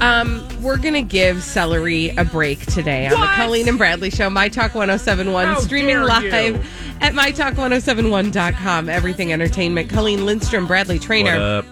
Um, we're gonna give celery a break today on the Colleen and Bradley show, My Talk 1071, streaming live at mytalk1071.com. Everything Entertainment. Colleen Lindstrom, Bradley What Trainer. up?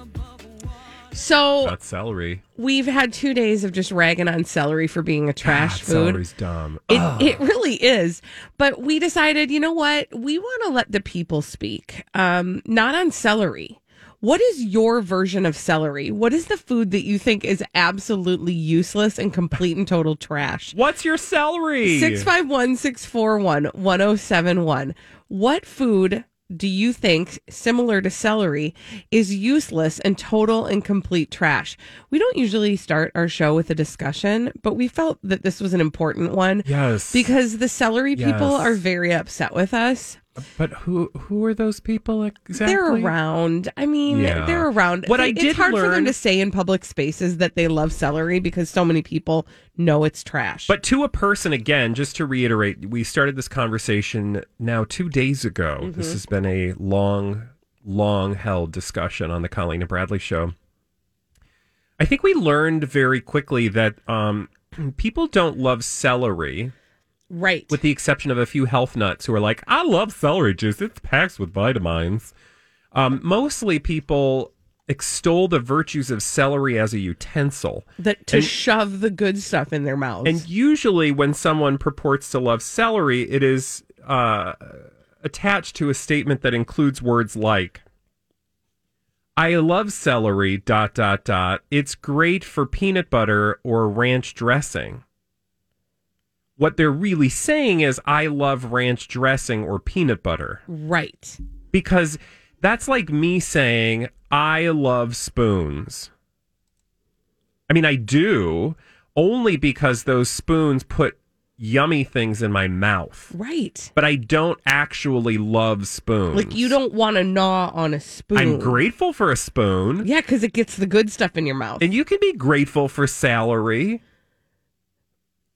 So About celery. we've had two days of just ragging on celery for being a trash food. Celery's dumb. Oh, It, Ugh. it really is. But we decided, you know what? We want to let the people speak, um, not on celery. What is your version of celery? What is the food that you think is absolutely useless and complete and total trash? What's your celery? 651 641 1071. What food do you think, similar to celery, is useless and total and complete trash? We don't usually start our show with a discussion, but we felt that this was an important one Yes. because the celery people Yes. are very upset with us. but who who are those people exactly? They're around. I mean, Yeah. they're around. What I it's did hard for them learn- to say in public spaces that they love celery because so many people know it's trash. But to a person again, just to reiterate, we started this conversation now two days ago. Mm-hmm. This has been a long, long held discussion on the Colleen and Bradley show. I think we learned very quickly that um, people don't love celery, right. with the exception of a few health nuts who are like, I love celery juice. It's packed with vitamins. Um, mostly people extol the virtues of celery as a utensil. that to And- shove the good stuff in their mouths. And usually, when someone purports to love celery, it is uh, attached to a statement that includes words like, I love celery, dot, dot, dot. It's great for peanut butter or ranch dressing. What they're really saying is, I love ranch dressing or peanut butter. right. Because that's like me saying, I love spoons. I mean, I do only because those spoons put yummy things in my mouth, Right. but I don't actually love spoons. Like you don't want to gnaw on a spoon. I'm grateful for a spoon. Yeah, because it gets the good stuff in your mouth And you can be grateful for celery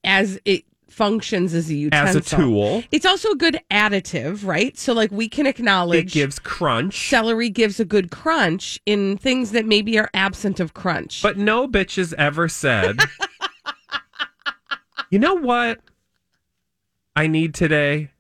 as it functions as a as utensil. a tool. It's also a good additive, right? So like we can It acknowledge gives crunch. celery gives a good crunch in things that maybe are absent of crunch. But no bitch has ever said, you know what I need today?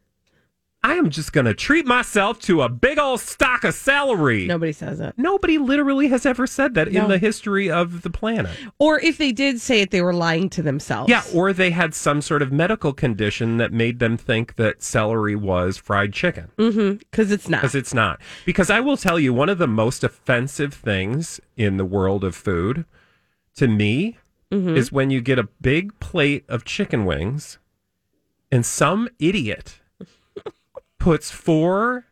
I am just going to treat myself to a big old stock of celery. nobody says it. Nobody literally has ever said that No. in the history of the planet. Or if they did say it, they were lying to themselves. Yeah, or they had some sort of medical condition that made them think that celery was fried chicken. because Mm-hmm, it's not. Because it's not. Because I will tell you, one of the most offensive things in the world of food to me Mm-hmm. is when you get a big plate of chicken wings and some idiot puts four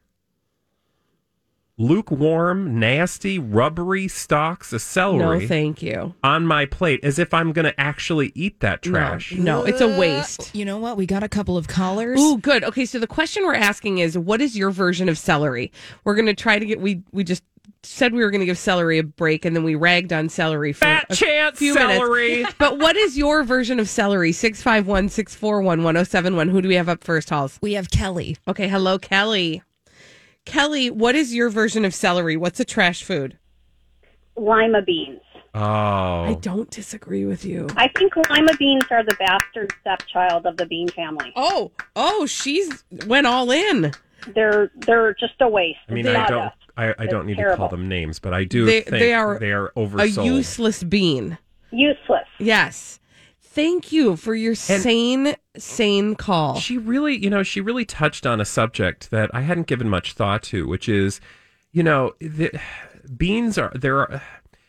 lukewarm, nasty, rubbery stalks of no, celery thank you. on my plate as if I'm going to actually eat that trash. No, it's a waste. Uh, You know what? We got a couple of callers. Ooh, good. Okay, so the question we're asking is, what is your version of celery? We're gonna try to get. We we just said we were gonna give celery a break, and then we ragged on celery for Fat a chance few celery. minutes. But what is your version of celery? Six five one six four one one zero seven one. Who do we have up first, Halls? We have Kelly. Okay, hello, Kelly. Kelly, what is your version of celery? What's a trash food? lima beans. I Oh. don't disagree with you. I think lima beans are the bastard stepchild of the bean family. Oh, oh, she's went all in. They're they're just a waste. I mean, It's I not don't. us. I, I don't need to terrible. call them names, but I do They- think they are they are A oversold. useless bean. Useless. Yes. Thank you for your sane, sane call. She really, you know, she really touched on a subject that I hadn't given much thought to, which is, you know, the, beans are there are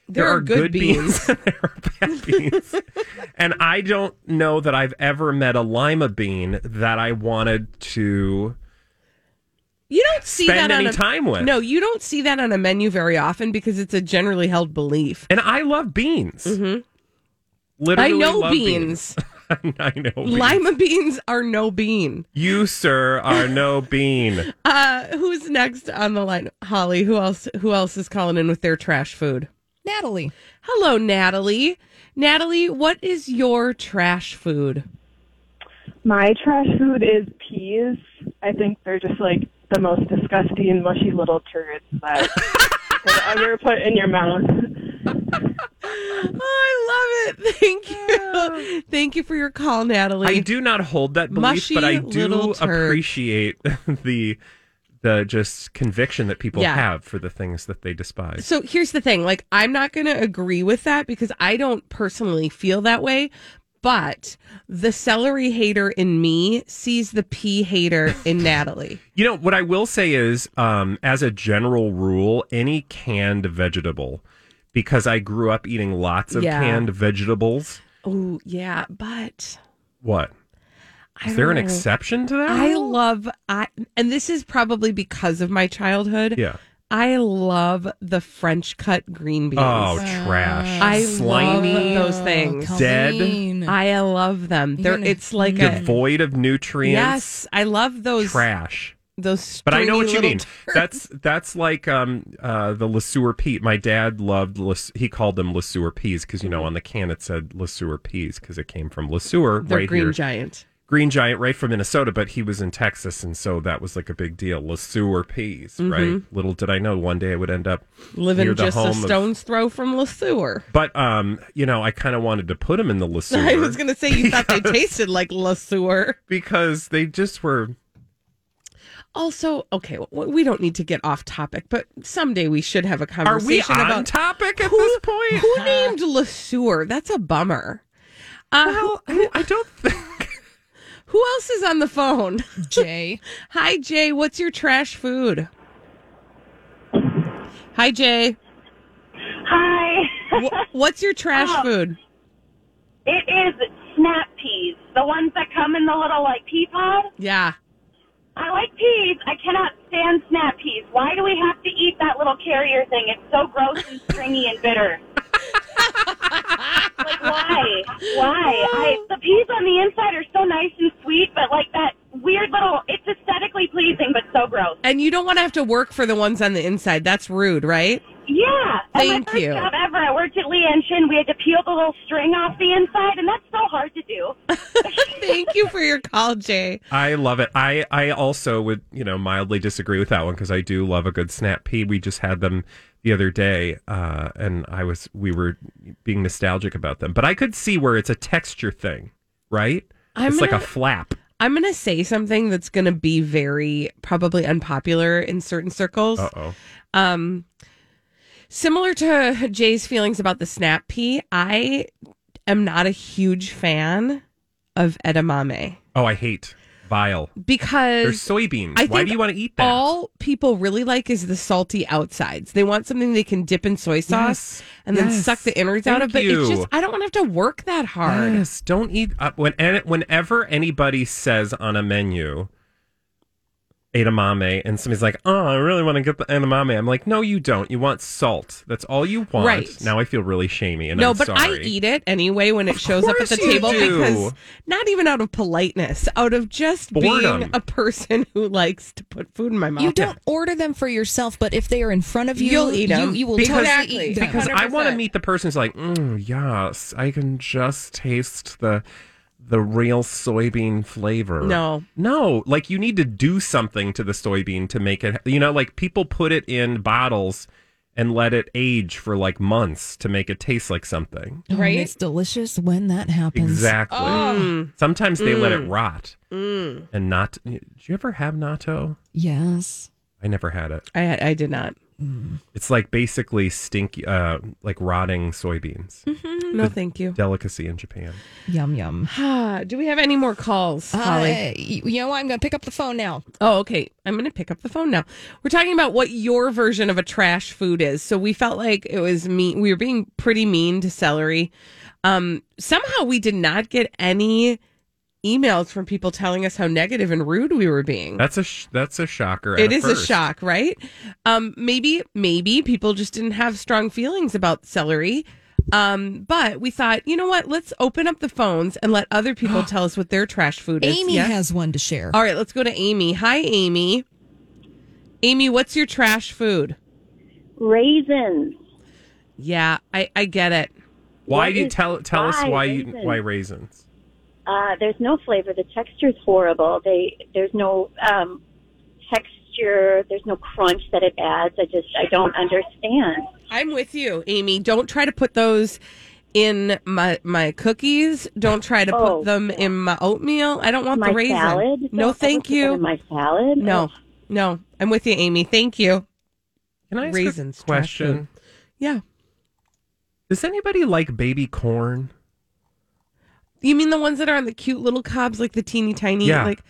There are good beans. and there are bad beans, and I don't know that I've ever met a lima bean that I wanted to. You don't see Spend that on any a, time with. No, you don't see that on a menu very often because it's a generally held belief. And I love beans. Literally, Mm-hmm. I know love beans. I know beans. Lima beans are no bean. You, sir, are no bean. Uh, who's next on the line? Holly. Who else? Who else is calling in with their trash food? Natalie. Hello, Natalie. Natalie, what is your trash food? My trash food is peas. I think they're just like the most disgusting, mushy little turds that could ever put in your mouth. Oh, I love it. Thank you. Thank you for your call, Natalie. I do not hold that belief, Mushy but I do little turd. appreciate the the just conviction that people Yeah. have for the things that they despise. So here's the thing like, I'm not going to agree with that because I don't personally feel that way. But the celery hater in me sees the pea hater in Natalie. You know what I will say is, um, as a general rule, any canned vegetable, because I grew up eating lots of Yeah. canned vegetables. Oh, yeah. But What I is there an don't know. exception to that? I rule? love, I, and this is probably because of my childhood. yeah. I love the French cut green beans. Oh, trash! I slimy, love those things. Dead. I love them. They're, You're gonna- it's like a devoid of nutrients. yes. I love those trash. those. But I stringy know what you little mean. turds. That's that's like um uh the Lesueur Pete. My dad loved Lis- he called them Lesueur peas because you know on the can it said Lesueur peas because it came from Lesueur They're right green here. giant. green Giant right from Minnesota, but he was in Texas and so that was like a big deal. Lesueur peas, right? Little did I know one day I would end up near Mm-hmm. Living the just home a of- stone's throw from Le Sueur. But um you know I kind of wanted to put him in the Lesueur I was gonna say you thought they tasted like Le Sueur. because they just were Also, okay, w we don't need to get off topic, but someday we should have a are we conversation on about topic at who, this point? who named Le Sueur. That's a bummer. Uh, well, who, I don't think who else is on the phone? Jay. Hi, Jay. What's your trash food? Hi, Jay. Hi. Wh- what's your trash Oh. food? it is snap peas, the ones that come in the little like pea pod. Yeah. I like peas. I cannot stand snap peas. Why do we have to eat that little carrier thing? It's so gross and stringy and bitter. like why? Why? I, the peas on the inside are so nice and sweet, but like that weird little. It's aesthetically pleasing, but so gross. And you don't want to have to work for the ones on the inside. That's rude, right? Yeah. And Thank my first you. job ever, I worked at Lee and Shin. We had to peel the little string off the inside, and that's so hard to do. Thank you for your call, Jay. I love it. I, I also would, you know, mildly disagree with that one because I do love a good snap pea. We just had them the other day, uh, and I was we were being nostalgic about them. But I could see where it's a texture thing, right? I'm it's like a gonna- flap. I'm going to say something that's going to be very probably unpopular in certain circles. Uh oh. Um, similar to Jay's feelings about the snap pea, I am not a huge fan of edamame Oh, I hate vile. They're because soybeans. I Why think do you want to eat that? all people really like is the salty outsides. They want something they can dip in soy sauce Yes. and then Yes. suck the innards out of. Thank But it's you. just I don't want to have to work that hard. Yes, don't eat uh, when and whenever anybody says on a menu edamame and somebody's like, "Oh, I really want to get the edamame." I'm like, "No, you don't. You want salt. That's all you want." Right. Now I feel really shamey and no, I'm but sorry. I eat it anyway when it shows up at course the you table do. because not even out of politeness, out of just Boredom. being a person who likes to put food in my mouth. You don't order them for yourself, but if they are in front of you, You'll eat 'em. You, you will Because- totally eat them. because I want to 100%. meet the person who's like, mm, "Yes, I can just taste the the real soybean flavor." No. no, like you need to do something to the soybean to make it. You know, like people put it in bottles and let it age for like months to make it taste like something. Oh, and right? It's delicious when that happens. Exactly. Sometimes they let it Oh. Mm. rot and not. Did you ever have natto? Yes. I never had it. I I did not. It's like basically stinky, uh, like rotting soybeans. No, thank you. Delicacy in Japan. Yum yum. Do we have any more calls, Holly? Uh, you know, what? I'm going to pick up the phone now. Oh, okay. I'm going to pick up the phone now. We're talking about what your version of a trash food is. So we felt like it was mean. We were being pretty mean to celery. Um, somehow we did not get any emails from people telling us how negative and rude we were being. That's a sh- that's a shocker. at Mm. It is a first. shock, right? Um, maybe, maybe people just didn't have strong feelings about celery. Um, but we thought, you know what? Let's open up the phones and let other people tell us what their trash food is. Amy Yeah? has one to share. All right, let's go to Amy. Hi, Amy. Amy, what's your trash food? Raisins. Yeah, I, I get it. Why What do you is- tell tell us why why you, raisins? why raisins? Uh, there's no flavor. The texture's horrible. They there's no um, texture. There's no crunch that it adds. I just I don't understand. I'm with you, Amy. Don't try to put those in my my cookies. Don't try to Oh, put them in my oatmeal. I don't want my the raisin. salad. Don't No, ever thank put them In you. my salad. No, no. I'm with you, Amy. Thank you. Can I ask Raisins, a trash question? food. Yeah. Does anybody like baby corn? You mean the ones that are on the cute little cobs, like the teeny tiny? Yeah. Like,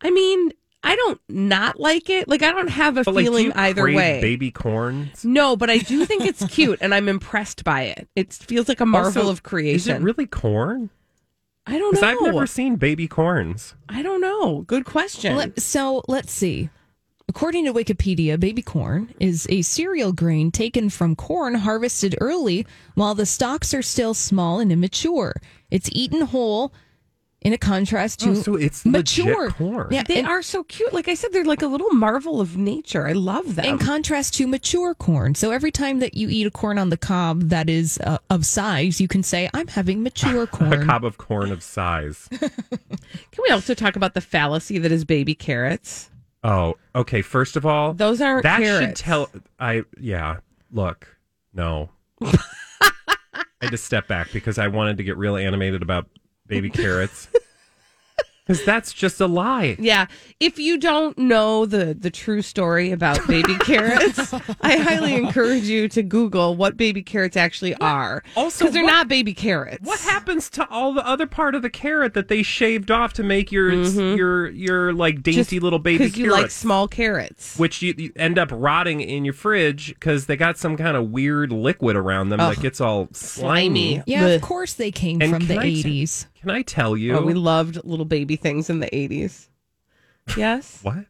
I mean, I don't not like it. Like, I don't have a But like, do feeling you either crave way. baby corns. No, but I do think it's cute, and I'm impressed by it. It feels like a marvel Also, of creation. Is it really corn? I don't Because know. I've never seen baby corns. I don't know. Good question. Let- so let's see. According to Wikipedia, baby corn is a cereal grain taken from corn harvested early while the stalks are still small and immature. It's eaten whole in a contrast to Oh, so it's legit mature corn. Yeah, they in, are so cute. Like I said, they're like a little marvel of nature. I love them. in contrast to mature corn. So every time that you eat a corn on the cob that is uh, of size, you can say, I'm having mature A corn. cob of corn of size. Can we also talk about the fallacy that is baby carrots? Oh, okay. First of all, Those aren't that should carrots. tell. I yeah. Look, no. I had to step back because I wanted to get real animated about baby carrots. Because that's just a lie. Yeah, if you don't know the the true story about baby carrots, I highly encourage you to Google what baby carrots actually are. Also, because they're what- not baby carrots. What happens to all the other part of the carrot that they shaved off to make your your your like dainty Mm-hmm. Just little baby Because carrots? you like small carrots. which you, you end up rotting in your fridge because they got some kind of weird liquid around them that gets all slimy. Slimy. yeah, Blech. of course they came And from the can I t- 80s. Can I tell you? Oh, we loved little baby things in the eighties. Yes, what? we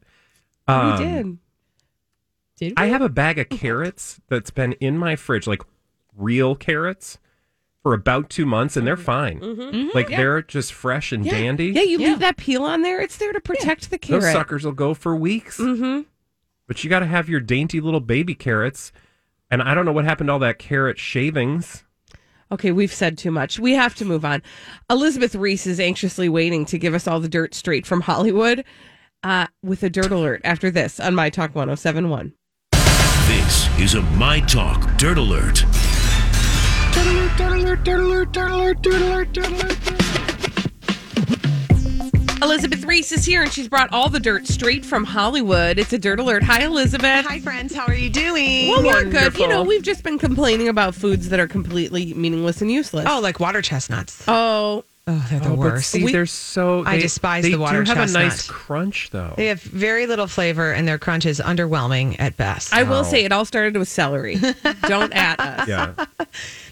Um, did. Did we? I have a bag of carrots that's been in my fridge, like real carrots, for about two months, and they're fine. Mm-hmm. Like they're just fresh and dandy. Mm-hmm. Yeah, you Yeah. leave that peel on there; it's there to protect the Those carrot. suckers will go for weeks. hmm But you got to have your dainty little baby carrots. And I don't know what happened to all that carrot shavings. Okay, we've said too much. We have to move on. Elizabeth Reese is anxiously waiting to give us all the dirt straight from Hollywood uh, with a dirt alert after this on My Talk 1071. This is a My Talk Dirt Alert. Elizabeth Reese is here and she's brought all the dirt straight from Hollywood. It's a dirt alert. Hi, Elizabeth. Hi, friends. How are you doing? Well, we're good. You know, we've just been complaining about foods that are completely meaningless and useless. Oh, like water chestnuts. Oh, Oh, they're the worst. See, We- they're so. I despise they the water do have a nice chestnut. crunch, though. They have very little flavor, and their crunch is underwhelming at best. I will say it all started with celery. Don't at us. Yeah.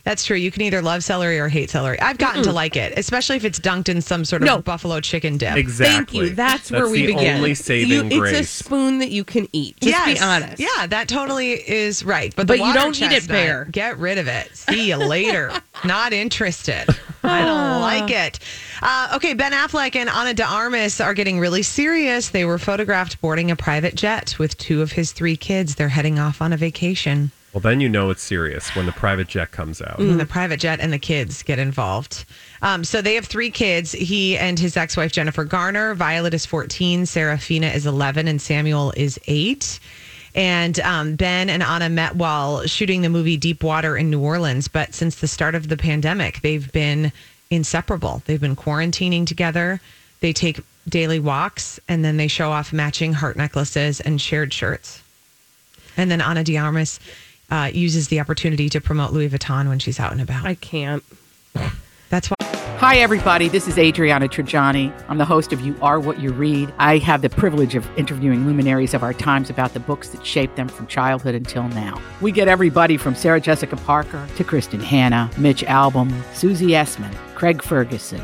That's true. You can either love celery or hate celery. I've gotten to like it, especially if it's dunked in some sort of No. buffalo chicken dip. Exactly. Thank you. That's, where we the begin. Only saving You- grace. It's a spoon that you can eat. Just yes. be honest. Yeah, that totally is right. But, But the you water don't eat it chestnut, bare. Get rid of it. See you later. Not interested. I Ah. don't like it. Uh, okay, Ben Affleck and Ana de Armas are getting really serious. They were photographed boarding a private jet with two of his three kids. They're heading off on a vacation. well, then you know it's serious when the private jet comes out. And the private jet and the kids get involved. Um, so they have three kids. He and his ex wife, Jennifer Garner. Violet is 14, Serafina is 11, and Samuel is 8. And um, Ben and Anna met while shooting the movie Deep Water in New Orleans. But since the start of the pandemic, they've been inseparable. They've been quarantining together. They take daily walks and then they show off matching heart necklaces and shared shirts. And then Anna Diarmas uh, uses the opportunity to promote Louis Vuitton when she's out and about. I can't. That's why. Hi, everybody. This is Adriana Trajani. I'm the host of You Are What You Read. I have the privilege of interviewing luminaries of our times about the books that shaped them from childhood until now. We get everybody from Sarah Jessica Parker to Kristen Hanna, Mitch Albom, Susie Essman, Craig Ferguson,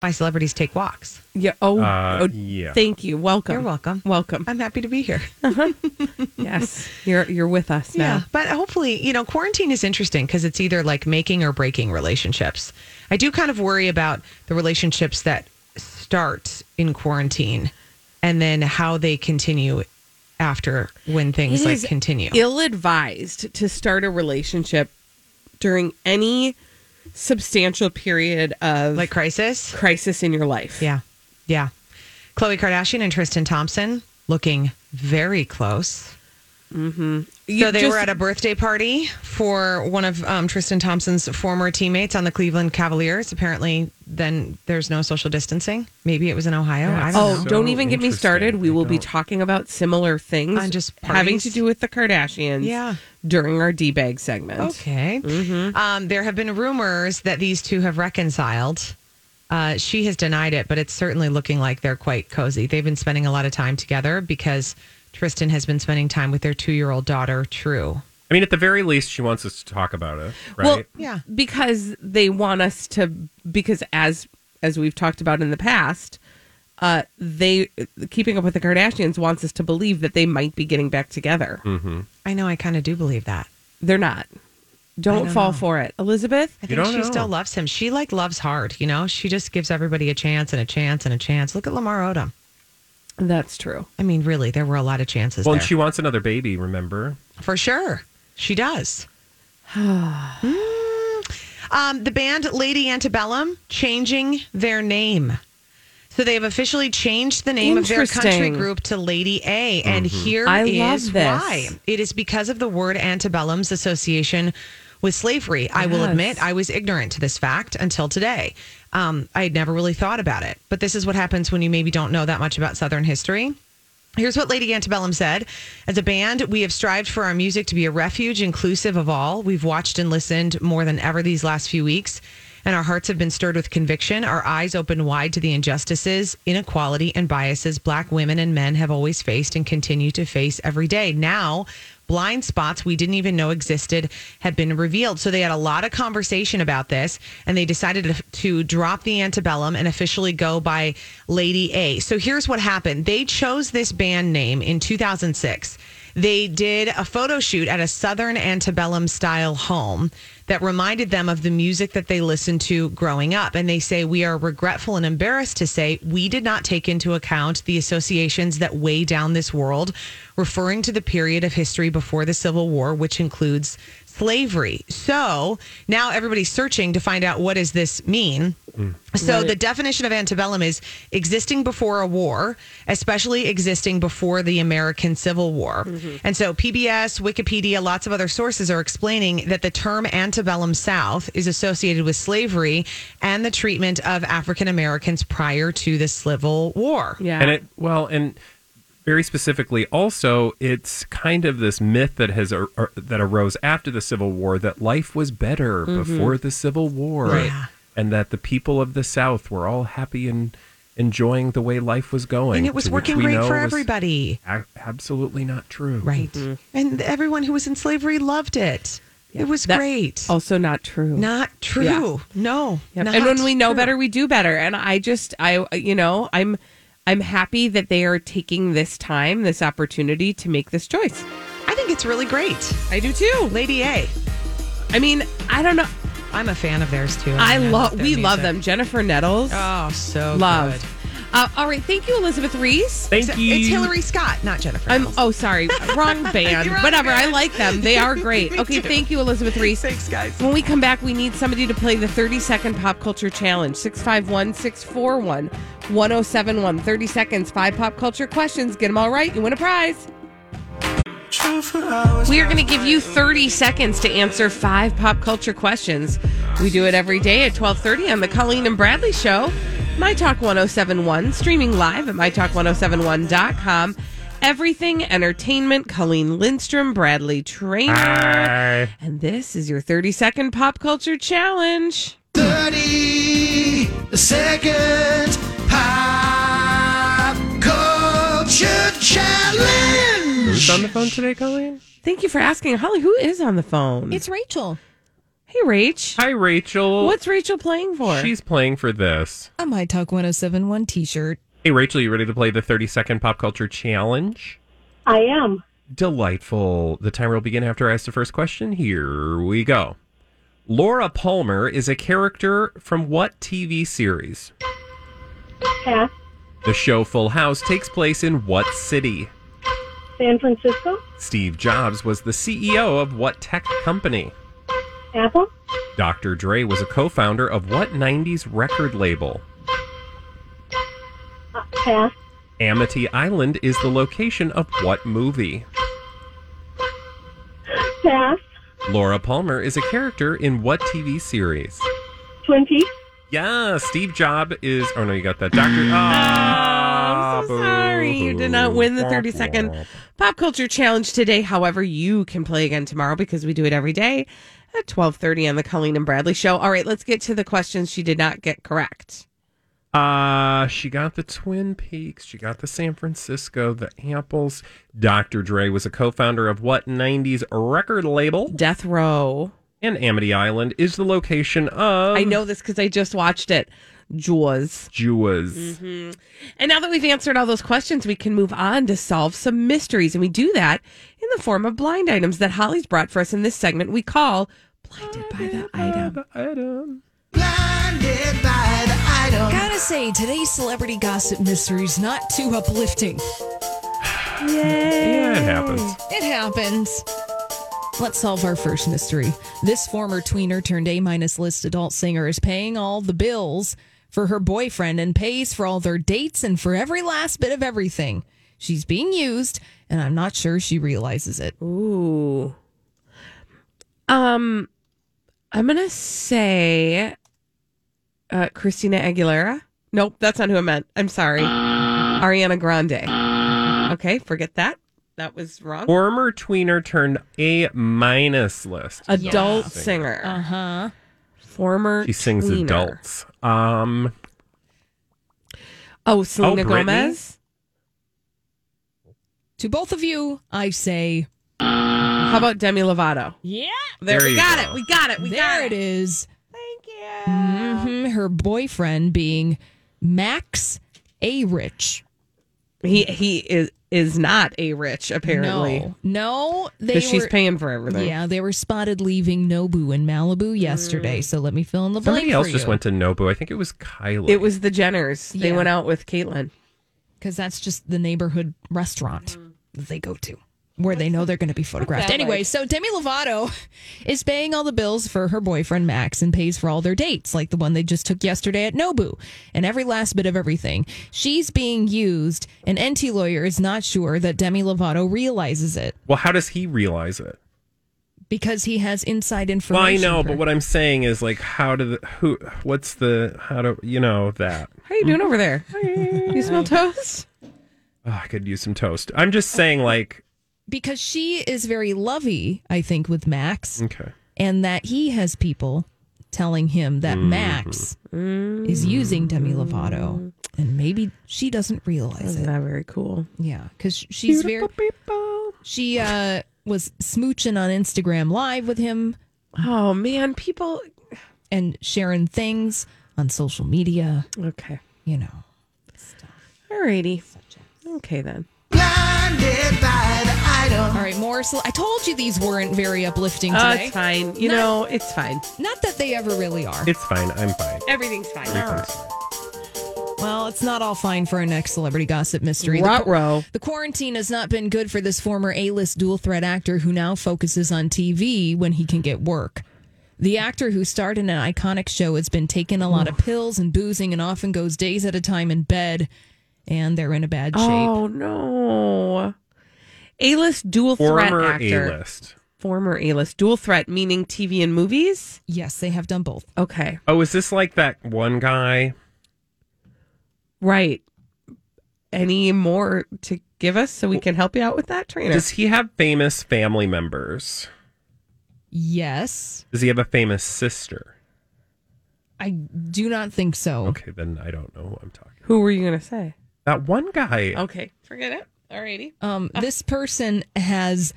My celebrities take walks. Yeah. Oh, Uh, oh, yeah. thank you. Welcome. You're welcome. Welcome. I'm happy to be here. yes. You're you're with us now. Yeah, but hopefully, you know, quarantine is interesting because it's either like making or breaking relationships. I do kind of worry about the relationships that start in quarantine and then how they continue after when things It like is continue. ill-advised to start a relationship during any substantial period of like crisis. crisis in your life. Yeah. Yeah. Khloe Kardashian and Tristan Thompson looking very close. You so they just- were at a birthday party for one of um, Tristan Thompson's former teammates on the Cleveland Cavaliers. Apparently, then there's no social distancing. Maybe it was in Ohio. I don't Oh, know. So don't even get me interesting. started. We I will be don't- talking about similar things On just having parties? to do with the Kardashians Yeah. during our D bag segment. Okay. Mm-hmm. Um, there have been rumors that these two have reconciled. Uh, she has denied it, but it's certainly looking like they're quite cozy. They've been spending a lot of time together because Tristan has been spending time with their two year old daughter, True. I mean, at the very least, she wants us to talk about it, right? Well, Yeah. because they want us to because as as we've talked about in the past, uh they keeping up with the Kardashians wants us to believe that they might be getting back together. I know, I kind of do believe that. They're not. Don't, don't fall know. for it. Elizabeth, I You think don't she know. still loves him. She like loves hard, you know? She just gives everybody a chance and a chance and a chance. Look at Lamar Odom. that's true. I mean, really, there were a lot of chances well, there. and she wants another baby. Remember? For sure. She does. Mm. um, the band Lady Antebellum changing their name. So they have officially changed the name of their country Interesting. group to Lady A. And here I is love this. why. It is because of the word antebellum's association with slavery. I will Yes. admit I was ignorant to this fact until today. Um, I had never really thought about it. But this is what happens when you maybe don't know that much about Southern history. Here's what Lady Antebellum said. As a band, we have strived for our music to be a refuge inclusive of all. We've watched and listened more than ever these last few weeks, and our hearts have been stirred with conviction, our eyes opened wide to the injustices, inequality, and biases Black women and men have always faced and continue to face every day. Now, blind spots we didn't even know existed have been revealed. So they had a lot of conversation about this, and they decided to- to drop the antebellum and officially go by Lady A. So here's what happened they chose this band name in 2006. They did a photo shoot at a Southern antebellum style home that reminded them of the music that they listened to growing up. And they say, We are regretful and embarrassed to say we did not take into account the associations that weigh down this world, referring to the period of history before the Civil War, which includes slavery. So now everybody's searching to find out what does this mean. So the definition of antebellum is existing before a war, especially existing before the American Civil War. And so PBS, Wikipedia, lots of other sources are explaining that the term antebellum South is associated with slavery and the treatment of African Americans prior to the Civil War. Yeah. And it well, and very specifically, also, it's kind of this myth that has ar- ar- that arose after the Civil War that life was better before the Civil War, Right. Mm-hmm. Yeah. and that the people of the South were all happy and enjoying the way life was going, And it was to which working we great know for was everybody. a- absolutely not true. Right. Mm-hmm. And everyone who was in slavery loved it. It was That- great. Also not true. Not true. Yeah. No. Yep. not And when we know true. better, we do better. And I just, I, you know, I'm, I'm happy that they are taking this time, this opportunity to make this choice. I think it's really great. I do too. Lady A. I mean, I don't know. I'm a fan of theirs too. I, mean, love. their We love music. them. Jennifer Nettles. Oh, so love. good. Uh, all right, thank you, Elizabeth Reese. Thank It's- you. It's Hillary Scott, not Jennifer. I'm Nettles. oh sorry, wrong band. You're on Whatever, I band. like them. They are great. Me Okay, too. thank you, Elizabeth Reese. Thanks, guys. When we come back, we need somebody to play the 30 second pop culture challenge 651 641 1071. 30 seconds, five pop culture questions. Get them all right. You win a prize. We are going to give you 30 seconds to answer five pop culture questions. We do it every day at 12:30 on the Colleen and Bradley show. My Talk 1071 streaming live at mytalk1071.com. Everything Entertainment Colleen Lindstrom, Bradley Trainer. Hi. And this is your 30 second pop culture challenge. 30 second pop culture Who's on challenge. the phone today, Colleen? Thank you for asking. Holly, who is on the phone? It's Rachel. hey, Rach. Hi, Rachel. What's Rachel playing for? Oh, She's playing for this. A My Talk 1071 t shirt. Hey, Rachel, you ready to play the 30 second pop culture challenge? I am. Delightful. The timer will begin after I ask the first question. Here we go. Laura Palmer is a character from what TV series? Pass. The show Full House takes place in what city? San Francisco. Steve Jobs was the CEO of what tech company? Apple. Dr. Dre was a co founder of what 90s record label? Uh, pass. Amity Island is the location of what movie? Pass. Laura Palmer is a character in what TV series? Twin Peaks. Yeah, Steve Jobs is. Oh no, you got that, Doctor. Ah, I'm so sorry you did not win the 30 second pop culture challenge today. However, you can play again tomorrow because we do it every day at 12:30 on the Colleen and Bradley show. All right, let's get to the questions she did not get correct. Uh, she got the Twin Peaks. She got the San Francisco, the Apples. Dr. Dre was a co-founder of what '90s record label? Death Row. And Amity Island is the location of. I know this cuz I just watched it. Jaws. Jawas. Mm-hmm. And now that we've answered all those questions, we can move on to solve some mysteries and we do that in the form of blind items that Holly's brought for us in this segment we call blinded by the item. Item. Blinded by the item. Gotta say, today's celebrity gossip mystery is not too uplifting. Yeah, it happens. It happens. Let's solve our first mystery. This former tweener turned A minus list adult singer is paying all the bills for her boyfriend and pays for all their dates and for every last bit of everything. She's being used, and I'm not sure she realizes it. Ooh. Um, I'm gonna say, uh, Christina Aguilera. Nope, that's not who I meant. I'm sorry, Ariana Grande. Okay, forget that. That was wrong. Former tweener turned A minus list. adult Yeah. singer, Uh huh. former. She sings tweener. adults. Um, Oh, Selena Britney? Gomez. To both of you, I say, How about Demi Lovato? yeah, There, There we you got go. it. We got it. We got there it is. Thank you. Mhm. Her boyfriend being Max A. Rich. He he is is not a rich apparently. No, no, they were. 'Cause she's paying for everything. Yeah, they were spotted leaving Nobu in Malibu yesterday. Mm. So let me fill in the blank. somebody else just went to Nobu. I think it was Kylie. It was the Jenners. They Yeah. went out with Caitlyn. because that's just the neighborhood restaurant that they go to. Where they know they're going to be photographed. that Anyway, like? so Demi Lovato is paying all the bills for her boyfriend Max and pays for all their dates, like the one they just took yesterday at Nobu, and every last bit of everything. She's being used, and NT lawyer is not sure that Demi Lovato realizes it Well, how does he realize it? because he has inside Well, I information. know, for- but what I'm saying is like, how do the who? What's the how do you know that? How you doing over there? You smell toast? Oh, I could use some toast. I'm just saying, like, because she is very lovey, I think, with Max, okay, and that he has people telling him that Max is using Demi Lovato, and maybe she doesn't realize Isn't it. that Ah, very cool? Yeah, because she's very she uh, was smooching on Instagram Live with him Oh man, people. and sharing things on social media. Okay. You know, All Alrighty. Okay then. Blinded by the item. All right, Morris. I told you these weren't very uplifting Oh, today. it's fine. You Not- know, it's fine. Not that they ever really are. It's fine. I'm fine. Everything's fine. Everything's Well, it's not all fine for our next celebrity gossip mystery. Ruh-roh. The, the quarantine has not been good for this former A-list dual threat actor who now focuses on TV when he can get work. The actor who starred in an iconic show has been taking a lot of pills and boozing and often goes days at a time in bed, and they're in a bad shape. Oh no. A list dual Former threat actor. A-list. Former A list dual threat meaning TV and movies. Yes, they have done both. Okay. Oh, is this like that one guy? Right. Any more to give us so we can help you out with that trainer? Does he have famous family members? Yes, Does he have a famous sister? I do not Oh. think so. Okay, then I don't know who I'm talking. Who were you going to say? That one guy. Okay. Forget it. Alrighty. Um, this person has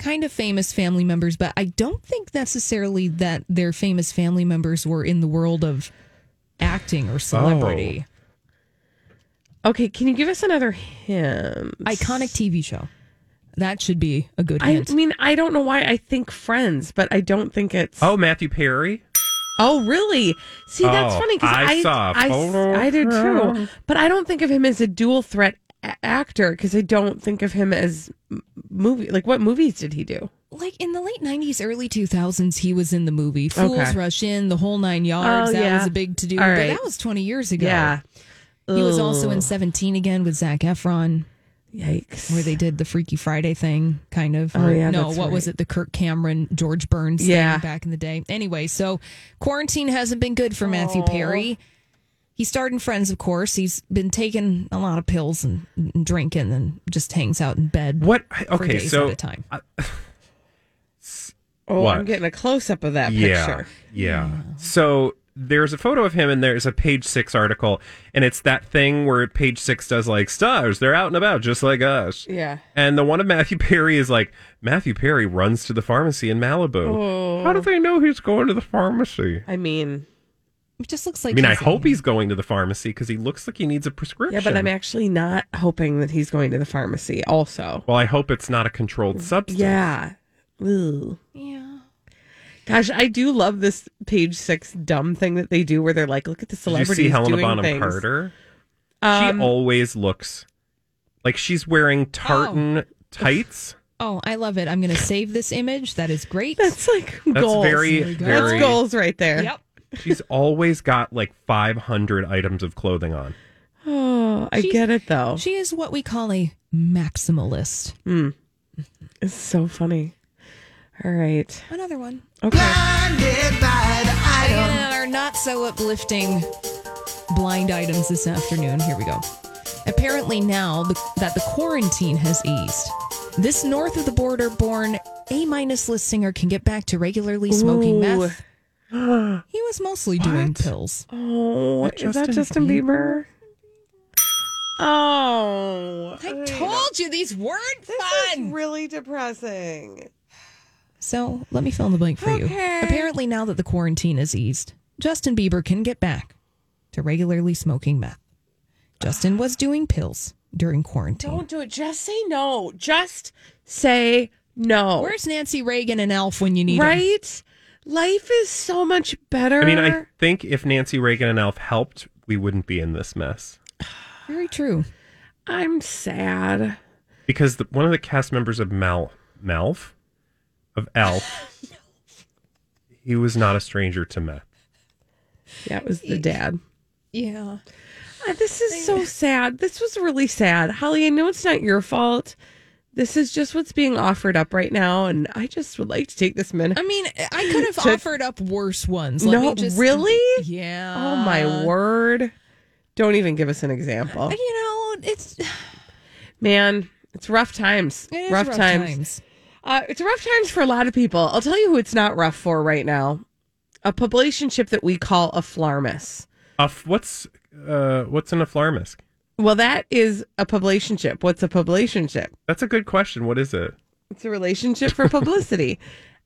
kind of famous family members, but I don't think necessarily that their famous family members were in the world of acting or celebrity. Okay. Can you give us another hint? Iconic TV show. That should be a good I hint. mean, I don't know why I think friends, but I don't think it's. Oh, Matthew Perry. Oh, really? See, that's Oh, funny because I I, saw a I, photo I do too, from- but I don't think of him as a dual threat a- actor because I don't think of him as m- movie. Like, what movies did he do? like in the late 90s, early 2000s, he was in the movie Fools Okay. Rush In, the whole nine yards. Oh, that yeah. was a big to do. All But right. that was 20 years ago. Yeah. He was also in Ugh. 17 again with Zach Efron. Yikes! where they did the Freaky Friday thing, kind of. Oh, Or, yeah, no, that's what was right. it? The Kirk Cameron, George Burns Yeah. thing back in the day. Anyway, so quarantine hasn't been good for Matthew Perry. He starred in Friends, of course. He's been taking a lot of pills and, and drinking and just hangs out in bed. What? for Okay, days so at a time. Oh, What? I'm getting a close up of that yeah, picture. yeah. So there's a photo of him, and there's a Page Six article, and it's that thing where Page Six does like stars. They're out and about, just like us. Yeah. And the one of Matthew Perry is like Matthew Perry runs to the pharmacy in Malibu. Oh, How do they know he's going to the pharmacy? I mean, It just looks I like. mean, I he's- hope he's going to the pharmacy because he looks like he needs a prescription. yeah, but I'm actually not hoping that he's going to the pharmacy. Also, Well, I hope it's not a controlled substance. yeah. Ooh. Yeah. Gosh, I do love this page six dumb thing that they do where they're like, look at the Did you celebrities. see Helena doing Bonham things. Carter? Um, she always looks like she's wearing tartan tights. Oh, I love it. I'm going to save this image. That is great. That's like That's goals. very, very- That's goals right there. Yep. She's always got like 500 items of clothing on. Oh, I She's- get it though. She is what we call a maximalist. It's so funny. All right. Another one. Okay. Blinded by the item. And our not so uplifting blind items this afternoon. Here we go. Apparently, now the, that the quarantine has eased, this north of the border born A minus list singer can get back to regularly smoking Ooh. meth. He was mostly doing What? pills. Oh, Is that is that Justin Justin Bieber? Oh, I told you these weren't fun. really depressing. So let me fill in the blank for you. Okay. Apparently, now that the quarantine is eased, Justin Bieber can get back to regularly smoking meth. Justin was doing pills during quarantine. Don't do it. Just say no. Just say no. Where's Nancy Reagan and Alf when you need 'em? right? Life is so much better. I mean, I think if Nancy Reagan and Elf helped, we wouldn't be in this mess. Very true. I'm sad. Because the, one of the cast members of Mal, Malf, of Elf, he was not a stranger to meth. Yeah, it was the dad. Yeah. Ah, this is so sad. This was really sad. Holly, I know it's not your fault. This is just what's being offered up right now, and I just would like to take this minute. I mean, I could have To- offered up worse ones. Let No, me just- really? Yeah. Oh my word! Don't even give us an example, You know, it's it man. It's rough times. is rough, times. Uh, it's rough times for a lot of people. I'll tell you who it's not rough for right now: a publicationship that we call a flarmus. A f- what's uh, what's an aflarmisk? Well, that is a publicationship. What's a publicationship? That's a good question. What is it? It's a relationship for publicity.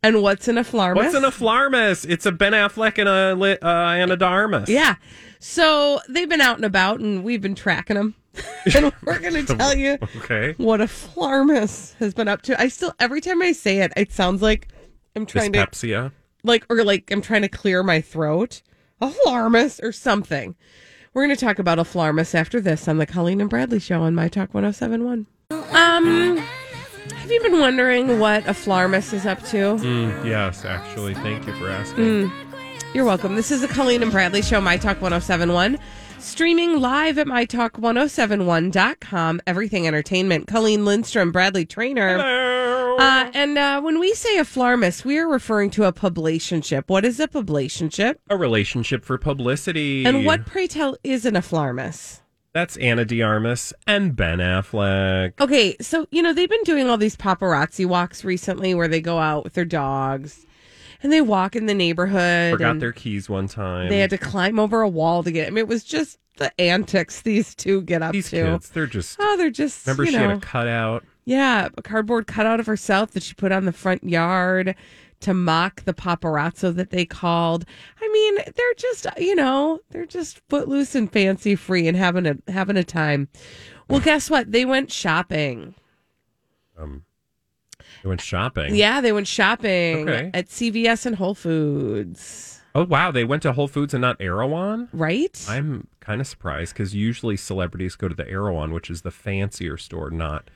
and what's an aflarmus? What's an aflarmus? It's a Ben Affleck and a li- uh, and a Darmus. Yeah. So they've been out and about, and we've been tracking them and we're going to tell you Okay. what a flarmus has been up to. I still, every time I say it, it sounds like I'm trying to, Dyspepsia. like, or like I'm trying to clear my throat. A flarmus or something. We're going to talk about a flarmus after this on the Colleen and Bradley Show on My Talk 1071. Um, have you been wondering what a flarmus is up to? Mm, yes, actually. Thank you for asking. Mm. You're welcome. This is the Colleen and Bradley Show, My Talk 1071, streaming live at MyTalk1071.com, everything entertainment. Colleen Lindstrom, Bradley Trainer. Hello. Uh, and uh, when we say a flarmus, we are referring to a publicationship. What is a publicationship? A relationship for publicity. And what, pray tell, is an aflarmus? That's Anna Diarmas and Ben Affleck. Okay, so you know they've been doing all these paparazzi walks recently, where they go out with their dogs and they walk in the neighborhood. Forgot and their keys one time. They had to climb over a wall to get. I mean, it was just the antics these two get up These to. kids, they're just. oh, they're just. Remember, you she know, had a cutout. yeah, a cardboard cutout of herself that she put on the front yard to mock the paparazzo that they called. I mean, they're just you know they're just footloose and fancy free and having a having a time. Well, guess what? They went shopping. Um, they went shopping. Yeah, they went shopping Okay. at CVS and Whole Foods. Oh wow, they went to Whole Foods and not Erewhon. Right. I'm kind of surprised because usually celebrities go to the Erewhon, which is the fancier store, not,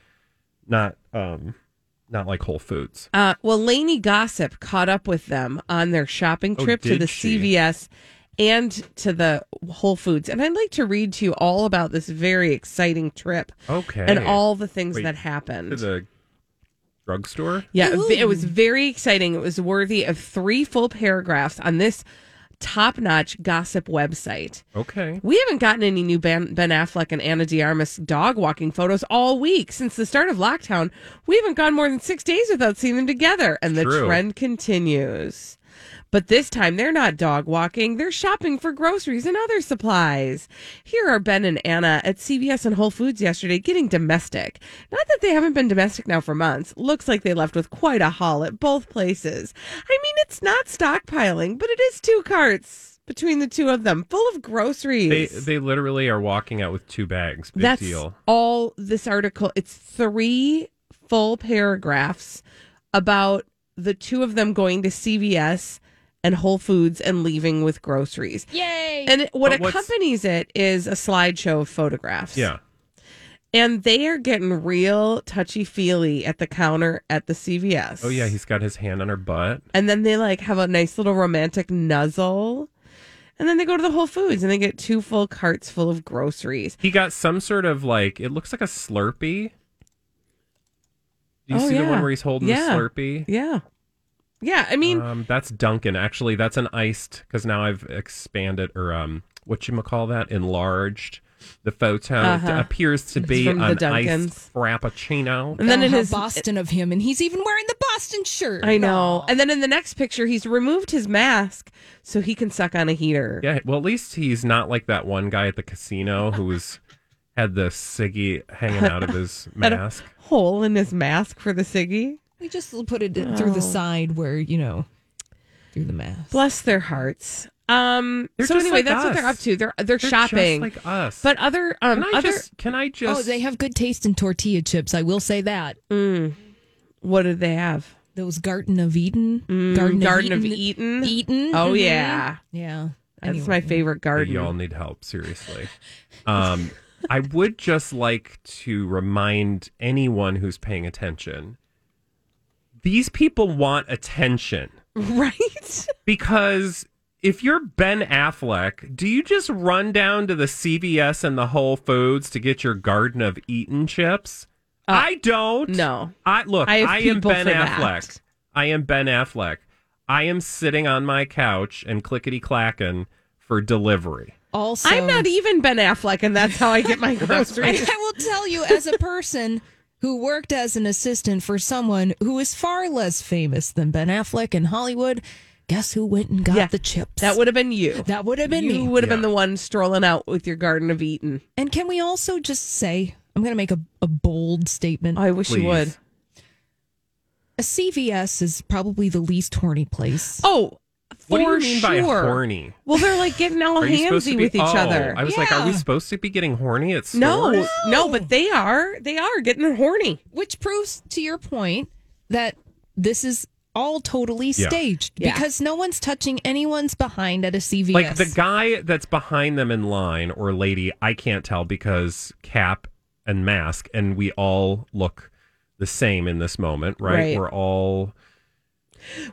not, um, not like Whole Foods. Uh, well, Lainey Gossip caught up with them on their shopping Oh, trip to did the she? CVS and to the Whole Foods. And I'd like to read to you all about this very exciting trip. Okay. And all the things Wait, that happened. To the drugstore. Yeah, v- it was very exciting. It was worthy of three full paragraphs on this top notch gossip website. Okay. We haven't gotten any new Ben, ben Affleck and Anna Diarmas dog walking photos all week since the start of lockdown. We haven't gone more than six days without seeing them together, and the True. trend continues. But this time they're not dog walking, they're shopping for groceries and other supplies. Here are Ben and Anna at CVS and Whole Foods yesterday getting domestic. Not that they haven't been domestic now for months. Looks like they left with quite a haul at both places. I mean, it's not stockpiling, but it is two carts between the two of them, full of groceries. They they literally are walking out with two bags. Big That's deal. all this article. It's three full paragraphs about the two of them going to CVS and Whole Foods and leaving with groceries. Yay! And it- what But what's- accompanies it is a slideshow of photographs. Yeah. And they are getting real touchy feely at the counter at the CVS. Oh yeah, he's got his hand on her butt. And then they like have a nice little romantic nuzzle. And then they go to the Whole Foods and they get two full carts full of groceries. He got some sort of like it looks like a Slurpee. Do you Oh, see the yeah. one where he's holding Yeah. the Slurpee? Yeah. Yeah, I mean, um, that's Duncan. Actually, that's an iced because now I've expanded or um, what you call that enlarged. The photo Uh-huh. it appears to It's be from an the iced Dunkin's. frappuccino. And then in his Boston of him, and he's even wearing the Boston shirt. I know. And then in the next picture, he's removed his mask so he can suck on a heater. Yeah, well, at least he's not like that one guy at the casino who was had the ciggy hanging out of his Had a mask. hole in his mask for the Siggy. We just put it in through Oh. the side where you know through the mask. Bless their hearts. Um. They're so just anyway, like that's what us. they're up to. They're they're, They're just shopping like us. But other um Can I other just- can I oh, they have good taste in tortilla chips. I will say that. Mm. What did they have? Those Garden of Eden. Garden, Mm, Garden of of Eden. Eden. Oh, mhm. yeah. Yeah. That's my favorite garden. Y'all need help, seriously. Um, I would just like to remind anyone who's paying attention these people want attention. Right? Because if you're Ben Affleck, do you just run down to the CVS and the Whole Foods to get your Garden of Eaton chips? I don't. Uh, No. I look, I have I am people Ben for that. Affleck. I am Ben Affleck. I am sitting on my couch and clickety clacking for delivery. Also, I'm not even Ben Affleck, and that's how I get my And groceries. I will tell you, as a person who worked as an assistant for someone who is far less famous than Ben Affleck in Hollywood, guess who went and got the chips? that would have been you. That would have been you. me. Would have been the one strolling out with your Garden of Eden. And can we also just say, I'm going to make a, a bold statement. Uh, I wish you Please. would. A CVS is probably the least horny place. Oh, What do you For mean by sure. horny? Well, they're like getting all Are you supposed to handsy be- with each Oh, other. I was like, are we supposed to be getting horny at stores? No, no, but they are. They are getting horny. Which proves to your point that this is all totally Yeah. staged Yeah. because no one's touching anyone's behind at a CVS. Like the guy that's behind them in line or lady, I can't tell because cap and mask, and we all look the same in this moment, right? Right. We're all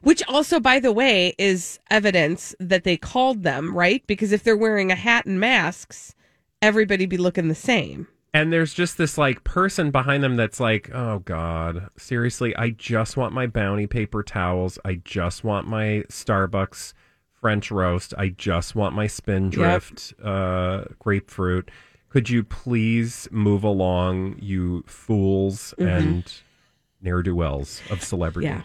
Which also, by the way, is evidence that they called them, right? Because if they're wearing a hat and masks, everybody be looking the same. and there's just this like person behind them that's like, oh God, seriously, I just want my bounty paper towels. I just want my Starbucks French roast. I just want my spindrift uh, grapefruit. Could you please move along, you fools Mhm. and ne'er do wells of celebrity? Yeah.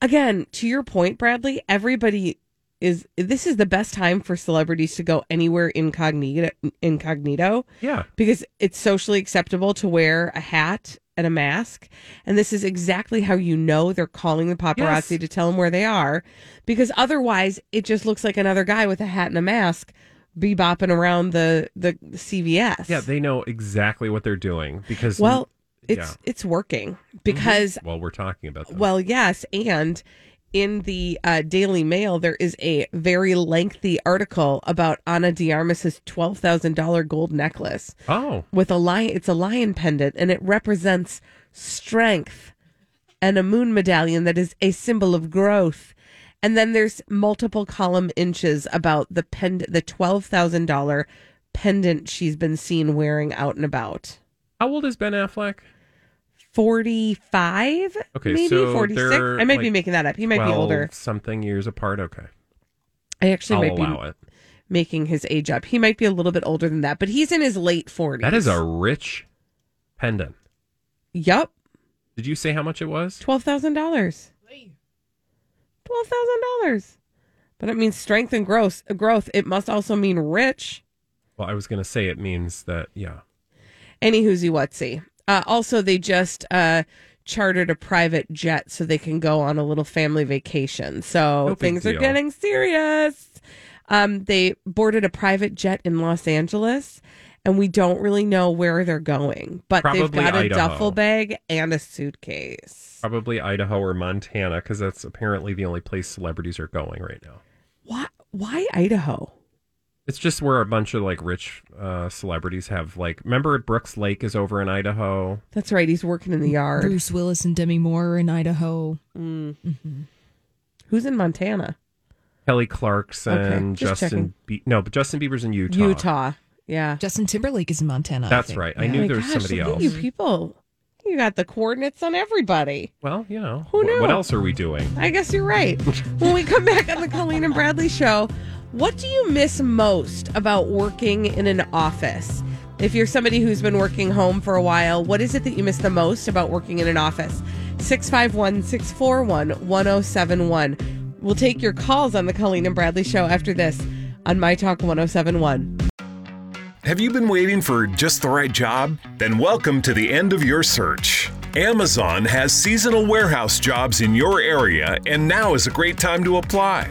Again, to your point, Bradley, everybody is this is the best time for celebrities to go anywhere incognito incognito. Yeah. Because it's socially acceptable to wear a hat and a mask. And this is exactly how you know they're calling the paparazzi Yes. to tell them where they are. Because otherwise it just looks like another guy with a hat and a mask bebopping around the, the CVS. Yeah, they know exactly what they're doing because Well, Yeah. Mm-hmm. it's it's working because well, we're talking about them. well, yes, and in the uh, Daily Mail there is a very lengthy article about Anna Diarmas's twelve thousand dollar gold necklace. Oh. with a lion, it's a lion pendant, and it represents strength, and a moon medallion that is a symbol of growth. And then there's multiple column inches about the pend the twelve thousand dollar pendant she's been seen wearing out and about. How old is Ben Affleck? 45 Okay, maybe so 46 they're, i might be like, making that up he might be 12 older something years apart. Okay, i actually I'll might allow be it. making his age up he might be a little bit older than that but he's in his late 40s That is a rich pendant. yep Did you say how much it was? $12000 $12000 but it means strength and growth growth it must also mean rich Well, I was going to say it means that yeah. Any whoozy whatsy. Uh, also, they just uh, chartered a private jet so they can go on a little family vacation. So No big things are deal. getting serious. Um, they boarded a private jet in Los Angeles, and we don't really know where they're going, but they've Probably got a Idaho. duffel bag and a suitcase. Probably Idaho or Montana because that's apparently the only place celebrities are going right now. Why? Why Idaho? It's just where a bunch of like rich uh, celebrities have like. Remember, Brooks Lake is over in Idaho. That's right. He's working in the yard. Bruce Willis and Demi Moore in Idaho. Who's in Montana? Kelly Clarkson, Okay, just Justin. Be- no, but Justin Bieber's in Utah. Yeah. Justin Timberlake is in Montana. I That's think. right. I Yeah. knew My there was gosh, somebody look at else. You people, you got the coordinates on everybody. Well, you know. Who wh- knew? What else are we doing? I guess you're right. when we come back on the Colleen and Bradley show, what do you miss most about working in an office? If you're somebody who's been working home for a while, what is it that you miss the most about working in an office? 651 641 1071. We'll take your calls on the Colleen and Bradley show after this on My Talk 1071. Have you been waiting for just the right job? Then welcome to the end of your search. Amazon has seasonal warehouse jobs in your area, and now is a great time to apply.